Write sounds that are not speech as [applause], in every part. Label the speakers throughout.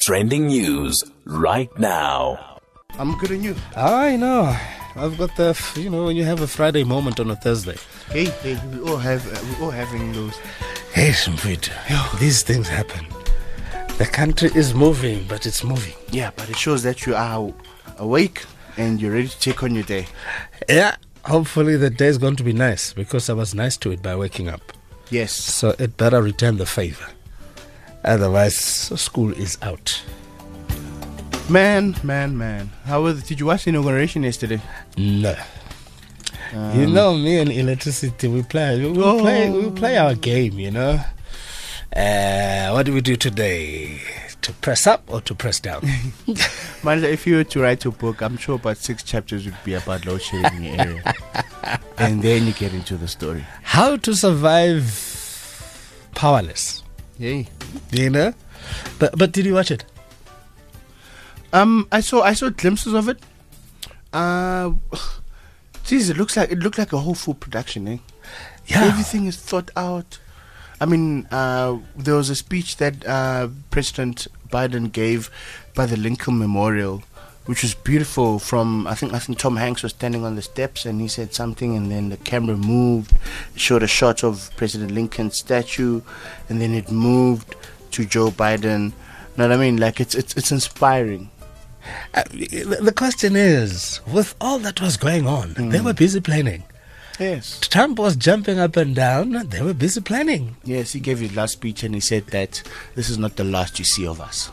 Speaker 1: trending news right now.
Speaker 2: I'm good on you.
Speaker 3: I know. I've got the, f- you know, when you have a Friday moment on a Thursday.
Speaker 2: Hey, hey, we all have uh, we all having those.
Speaker 3: Hey, Shumfit, these things happen. The country is moving, but it's moving.
Speaker 2: Yeah, but it shows that you are awake and you're ready to take on your day.
Speaker 3: Yeah, hopefully the day is going to be nice because I was nice to it by waking up.
Speaker 2: Yes.
Speaker 3: So it better return the favor. Otherwise, school is out.
Speaker 2: Man, man, man. How was did you watch the inauguration yesterday?
Speaker 3: No. you know me and electricity. We play. We we'll play. We play our game. You know. Uh, what do we do today? To press up or to press down?
Speaker 2: Manja, if you were to write a book, I'm sure about six chapters would be about load shedding in your area. [laughs] and then you get into the story.
Speaker 3: How to survive powerless?
Speaker 2: Yay.
Speaker 3: You know. But but did you watch it?
Speaker 2: Um I saw I saw glimpses of it. Uh [sighs] geez, it looks like it looked like a whole food production, eh? Everything is thought out. I mean, uh, there was a speech that uh, President Biden gave by the Lincoln Memorial, which was beautiful. From I think I think Tom Hanks was standing on the steps and he said something, and then the camera moved, It showed a shot of President Lincoln's statue, and then it moved to Joe Biden. You know what I mean? Like it's it's it's inspiring.
Speaker 3: Uh, the the question is, with all that was going on, they were busy planning.
Speaker 2: Yes.
Speaker 3: Trump was jumping up and down. They were busy planning.
Speaker 2: Yes, he gave his last speech and he said that this is not the last you see of us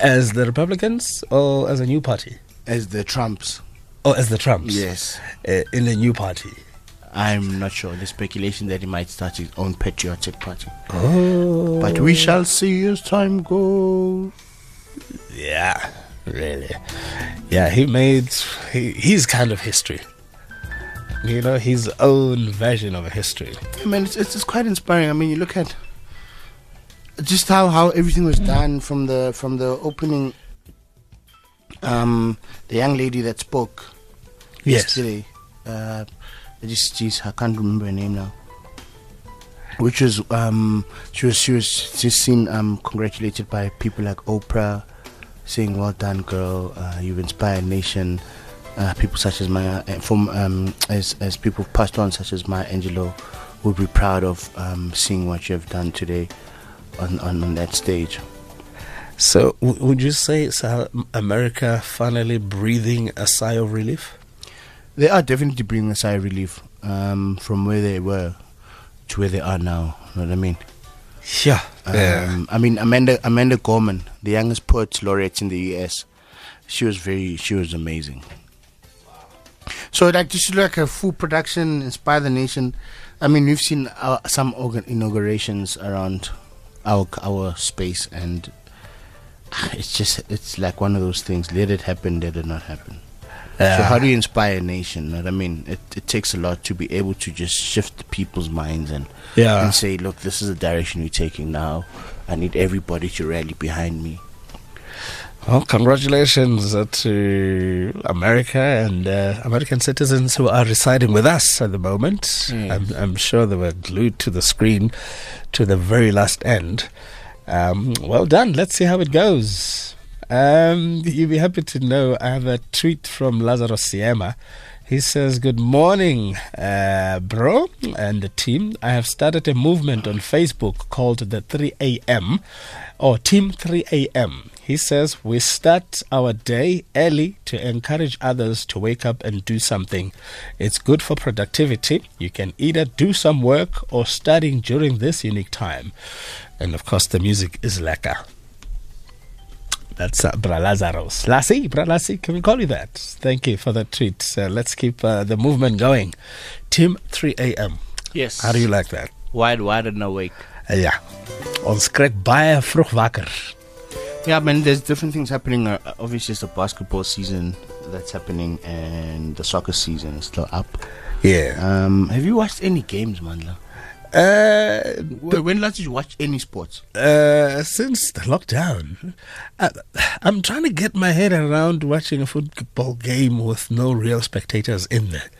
Speaker 3: As the Republicans or as a new party?
Speaker 2: as the Trumps.
Speaker 3: Or as the Trumps?
Speaker 2: Yes.
Speaker 3: Uh, in the new party.
Speaker 2: I'm not sure. There's speculation that he might start his own patriotic party.
Speaker 3: Oh.
Speaker 2: But we shall see as time goes.
Speaker 3: Yeah, really. Yeah, he made he, his kind of history. You know, his own version of a history.
Speaker 2: I mean, it's, it's, it's quite inspiring. I mean, you look at just how, how everything was done from the from the opening. Um, the young lady that spoke
Speaker 3: Yes.
Speaker 2: yesterday. Uh, I just jeez, I can't remember her name now. Which was um, she was she was just seen um congratulated by people like Oprah, saying "Well done, girl. Uh, you've inspired nation." Uh, people such as Maya, uh, from um, as as people passed on, such as Maya Angelou, would be proud of um, seeing what you have done today on, on, on that stage.
Speaker 3: So, w- would you say it's uh, America finally breathing a sigh of relief?
Speaker 2: They are definitely bringing a sigh of relief um, from where they were to where they are now. You know what I mean?
Speaker 3: Yeah. Uh,
Speaker 2: Um, I mean Amanda Amanda Gorman, the youngest poet laureate in the US. She was very she was amazing. So like just like a full production, inspire the nation. I mean, we've seen uh, some organ inaugurations around our our space, and [sighs] it's just it's like one of those things. Let it happen, let it not happen. So how do you inspire a nation? You know what I mean, it, it takes a lot to be able to just shift people's minds and
Speaker 3: Yeah.
Speaker 2: and say, look, this is the direction we're taking now. I need everybody to rally behind me.
Speaker 3: Well, congratulations uh, to America and uh, American citizens who are residing with us at the moment.
Speaker 2: Mm.
Speaker 3: I'm, I'm sure they were glued to the screen to the very last end. Um, well done. Let's see how it goes. Um, you'll be happy to know I have a tweet from Lazarus Siema. He says, Good morning, uh, bro and the team. I have started a movement on Facebook called the 3 a.m. or Team 3 a.m. He says, We start our day early to encourage others to wake up and do something. It's good for productivity. You can either do some work or studying during this unique time. And of course, the music is lekker. That's uh, Bra Lazarus. Lassie, Bra Lassie, can we call you that? Thank you for that tweet. Uh, let's keep uh, the movement going. Team 3 a.m.
Speaker 2: Yes.
Speaker 3: How do you like that?
Speaker 2: Wide, wide and awake.
Speaker 3: Uh, yeah. Ons kry baie vroeg wakker.
Speaker 2: Yeah, man. There's different things happening. Uh, uh, obviously, it's the basketball season that's happening, and the soccer season is still up.
Speaker 3: Yeah.
Speaker 2: Um, have you watched any games, Mandla?
Speaker 3: Uh,
Speaker 2: When, when last did you watch any sports?
Speaker 3: uh, since the lockdown, I, I'm trying to get my head around watching a football game with no real spectators in there.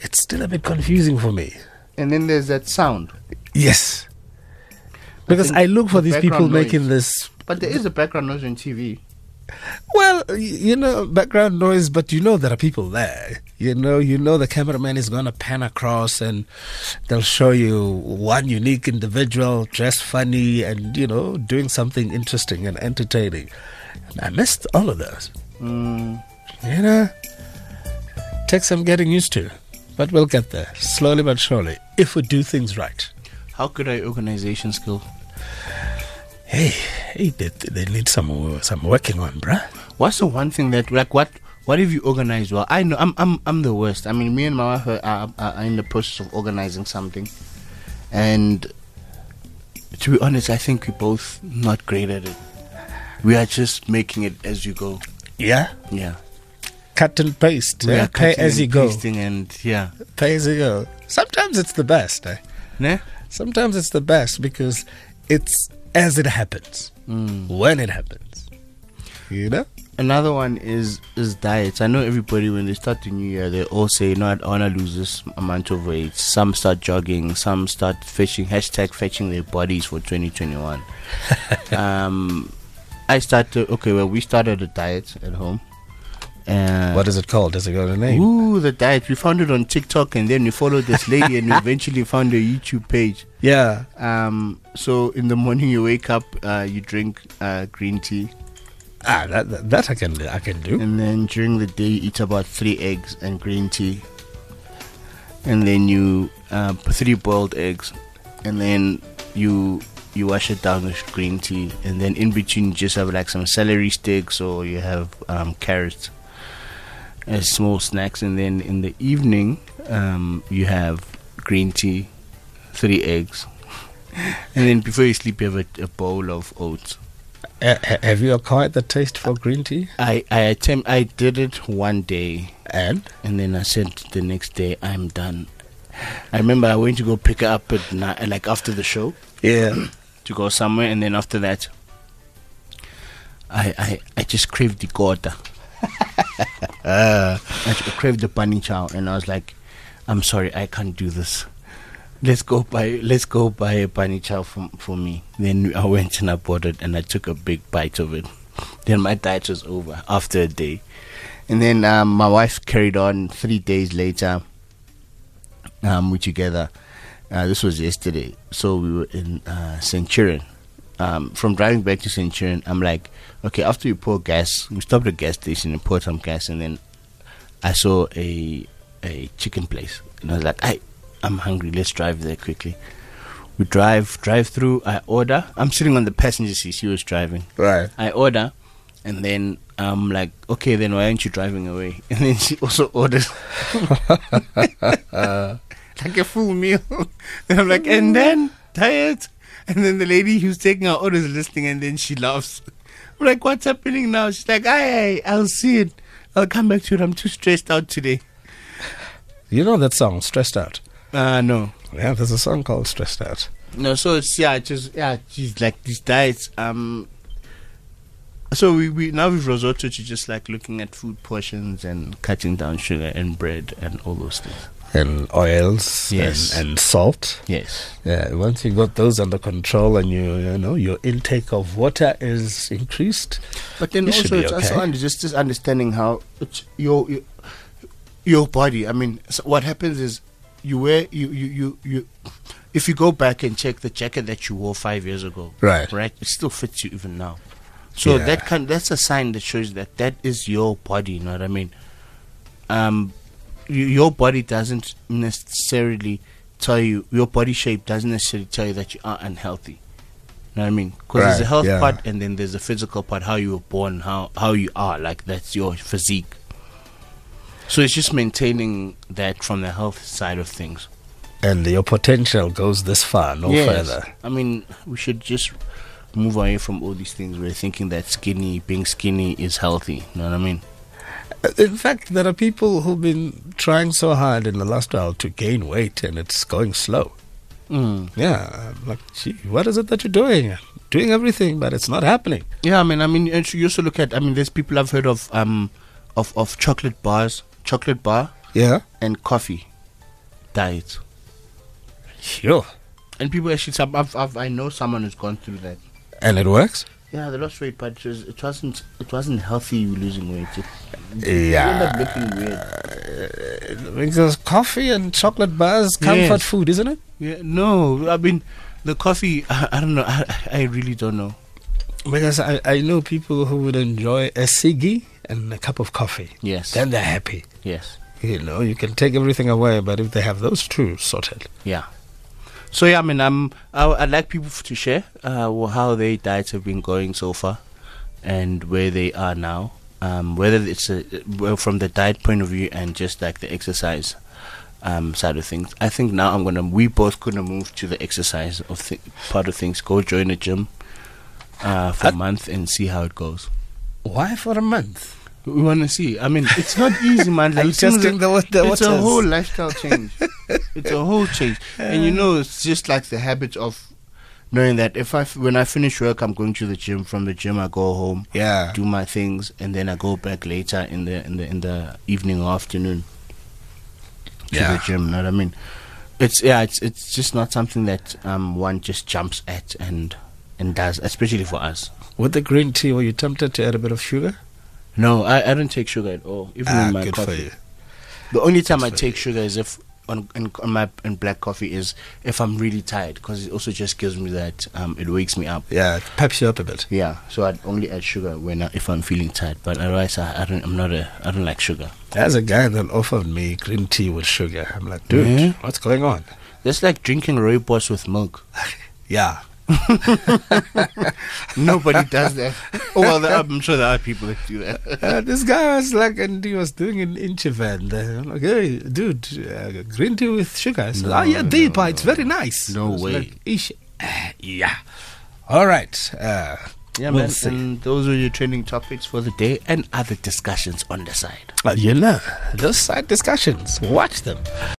Speaker 3: It's still a bit confusing for me.
Speaker 2: And then there's that sound.
Speaker 3: Yes. Because I, look for
Speaker 2: the
Speaker 3: these people
Speaker 2: background noise.
Speaker 3: making this
Speaker 2: But there is a background noise on TV.
Speaker 3: Well, y- you know, background noise, but you know there are people there. You know, you know the cameraman is going to pan across and they'll show you one unique individual dressed funny and, you know, doing something interesting and entertaining. And I missed all of those.
Speaker 2: Mm.
Speaker 3: You know, takes some getting used to, but we'll get there slowly but surely if we do things right.
Speaker 2: How could I organization skill?
Speaker 3: Hey, hey they, they need some, some working on, bruh.
Speaker 2: What's the one thing that like what what have you organized well? I know I'm I'm I'm the worst. I mean, me and my wife are, are, are in the process of organizing something, and to be honest, I think we're both not great at it. We are just making it as you go.
Speaker 3: Yeah.
Speaker 2: Yeah,
Speaker 3: Cut and paste.
Speaker 2: We
Speaker 3: Yeah,
Speaker 2: are
Speaker 3: pay
Speaker 2: cutting
Speaker 3: as
Speaker 2: and
Speaker 3: you go.
Speaker 2: pasting and yeah,
Speaker 3: pay as you go. Sometimes it's the best. Eh?
Speaker 2: ne?
Speaker 3: Sometimes it's the best because it's as it happens, when it happens. You know?
Speaker 2: Another one is is diets. I know everybody when they start the new year, they all say, "No, I want to lose this amount of weight." Some start jogging, some start fetching hashtag fetching their bodies for 2021. um, I started okay. Well, we started a diet at home. Uh,
Speaker 3: What is it called? Does it got a name?
Speaker 2: Ooh, the diet. We found it on TikTok, and then we followed this lady, and we eventually found a YouTube page.
Speaker 3: Yeah.
Speaker 2: Um, so in the morning, you wake up, uh, you drink uh, green tea.
Speaker 3: Ah, that, that, that I can I can do.
Speaker 2: And then during the day, you eat about three eggs and green tea. And then you uh, three boiled eggs, and then you you wash it down with green tea. And then in between, you just have like some celery sticks or you have um, carrots as small snacks. And then in the evening, um, you have green tea, three eggs, [laughs] and then before you sleep, you have a, a bowl of oats.
Speaker 3: Uh, ha- have you acquired the taste for green tea?
Speaker 2: I I attempt I did it one day.
Speaker 3: And
Speaker 2: And then I said the next day, I'm done. I remember I went to go pick her up at night, like after the show,
Speaker 3: [coughs] yeah,
Speaker 2: to go somewhere, and then after that, I I, I just craved the gorda. I ju- craved the bunny chow, and I was like, I'm sorry, I can't do this. Let's go buy let's go buy a bunny chow for for me. Then I went and I bought it, and I took a big bite of it. Then my diet was over after a day. And then um, my wife carried on three days later. Um, we together. Uh, this was yesterday. So we were in uh, Centurion. Um, from driving back to Centurion, I'm like, okay, after we pour gas, we stopped at a gas station and poured some gas. And then I saw a a chicken place. And I was like, hey, I'm hungry. Let's drive there quickly. We drive, drive through. I order. I'm sitting on the passenger seat. She was driving.
Speaker 3: right.
Speaker 2: I order, and then I'm like, okay, then why aren't you driving away? [laughs] And then she also orders [laughs] like a full meal. [laughs] and I'm like, and then tired. And then the lady who's taking our orders is listening, and then she laughs. [laughs] I'm like, what's happening now? She's like, hey, I'll see it. I'll come back to it. I'm too stressed out today.
Speaker 3: You know that song, Stressed Out.
Speaker 2: Uh no.
Speaker 3: Yeah, there's a song called Stressed Out.
Speaker 2: No, so it's yeah, it's just yeah, she's like these diets. Um, so we, we now we've resorted to just like looking at food portions and cutting down sugar and bread and all those things.
Speaker 3: And oils
Speaker 2: Yes.
Speaker 3: and, and salt.
Speaker 2: Yes,
Speaker 3: Yeah, once you got those under control and you you know your intake of water is increased,
Speaker 2: but then
Speaker 3: You should
Speaker 2: also
Speaker 3: be
Speaker 2: it's also
Speaker 3: okay.
Speaker 2: under, just just understanding how it's your your, your body. I mean, so what happens is you wear you you you you. If you go back and check the jacket that you wore five years ago,
Speaker 3: Right.
Speaker 2: right, it still fits you even now. So
Speaker 3: Yeah.
Speaker 2: that can that's a sign that shows that that is your body. You know what I mean? um, y- your body doesn't necessarily tell you your body shape doesn't necessarily tell you that you are unhealthy. You know what I mean? Because there's a
Speaker 3: Right,
Speaker 2: health
Speaker 3: yeah.
Speaker 2: part and then there's a physical part, how you were born, how how you are, like that's your physique. So it's just maintaining that from the health side of things.
Speaker 3: and your potential goes this far, no further.
Speaker 2: I mean, we should just move away from all these things. We're thinking that skinny, being skinny is healthy. You know what I mean?
Speaker 3: In fact, there are people who've been trying so hard in the last while to gain weight, and it's going slow.
Speaker 2: Mm.
Speaker 3: Yeah, I'm like, gee, what is it that you're doing? Doing everything, but it's not happening.
Speaker 2: Yeah, I mean, I mean, and you also look at. I mean, there's people I've heard of, um, of of chocolate bars, chocolate bar
Speaker 3: Yeah,
Speaker 2: and coffee diet,
Speaker 3: sure,
Speaker 2: and people actually some. I've, I've, I know someone who's gone through that.
Speaker 3: and it works.
Speaker 2: Yeah, they lost weight, but it, was, it wasn't. It wasn't healthy. You losing weight. It,
Speaker 3: Yeah.
Speaker 2: You end up looking weird.
Speaker 3: Because coffee and chocolate bars, comfort
Speaker 2: Yes.
Speaker 3: food, isn't it?
Speaker 2: Yeah. No, I mean, the coffee. [laughs] I, I don't know. I, I really don't know.
Speaker 3: Because I, I know people who would enjoy a ciggy and a cup of coffee.
Speaker 2: Yes.
Speaker 3: Then they're happy.
Speaker 2: yes.
Speaker 3: You know, you can take everything away, but if they have those two sorted.
Speaker 2: Yeah. So yeah, I mean, I'm. I, I'd like people f- to share uh, wh- how their diets have been going so far, and where they are now. Um, whether it's a, well, from the diet point of view and just like the exercise um, side of things. I think now I'm gonna. We both gonna move to the exercise of th- part of things. Go join a gym uh, for a month and see how it goes.
Speaker 3: Why for a month?
Speaker 2: We want to see. I mean, it's not easy, man.
Speaker 3: [laughs] Are you
Speaker 2: As soon as
Speaker 3: testing
Speaker 2: I-
Speaker 3: the wa- the
Speaker 2: It's a
Speaker 3: waters?
Speaker 2: whole lifestyle
Speaker 3: [laughs]
Speaker 2: change. it's a whole change, and you know, it's just like the habit of knowing that if I f- when I finish work, I'm going to the gym. From the gym, I go home,
Speaker 3: Yeah.
Speaker 2: do my things, and then I go back later in the in the in the evening or afternoon to
Speaker 3: Yeah.
Speaker 2: the gym. You know what I mean? It's yeah, it's it's just not something that um one just jumps at and and does, especially for us.
Speaker 3: With the green tea, were you tempted to add a bit of sugar?
Speaker 2: No, I, I don't take sugar at all, even
Speaker 3: Ah,
Speaker 2: in my coffee. The only time I take sugar is if on in, on my in black coffee is if I'm really tired because it also just gives me that um, it wakes me up.
Speaker 3: Yeah, it peps you up a bit.
Speaker 2: Yeah, so I'd only add sugar when I, if I'm feeling tired. But otherwise, I, I don't. I'm not a. I don't like sugar.
Speaker 3: There's a guy that offered me green tea with sugar. I'm like, dude,
Speaker 2: Yeah?
Speaker 3: what's going on?
Speaker 2: That's like drinking rooibos with milk. [laughs]
Speaker 3: Yeah.
Speaker 2: Nobody does that. Oh, well, there, I'm sure there are people that do that.
Speaker 3: Uh, this guy was like, and he was doing an intervent. uh, I'm like, hey, dude, uh, green tea with sugar. I said,
Speaker 2: No,
Speaker 3: oh, yeah,
Speaker 2: no,
Speaker 3: deeper.
Speaker 2: no,
Speaker 3: it's very nice.
Speaker 2: No
Speaker 3: I was
Speaker 2: way.
Speaker 3: like, "Ish." Eh, yeah. All right. Uh,
Speaker 2: Yeah,
Speaker 3: we'll
Speaker 2: man.
Speaker 3: see.
Speaker 2: And those were your trending topics for the day and other discussions on the side.
Speaker 3: But you know, those side discussions, watch them.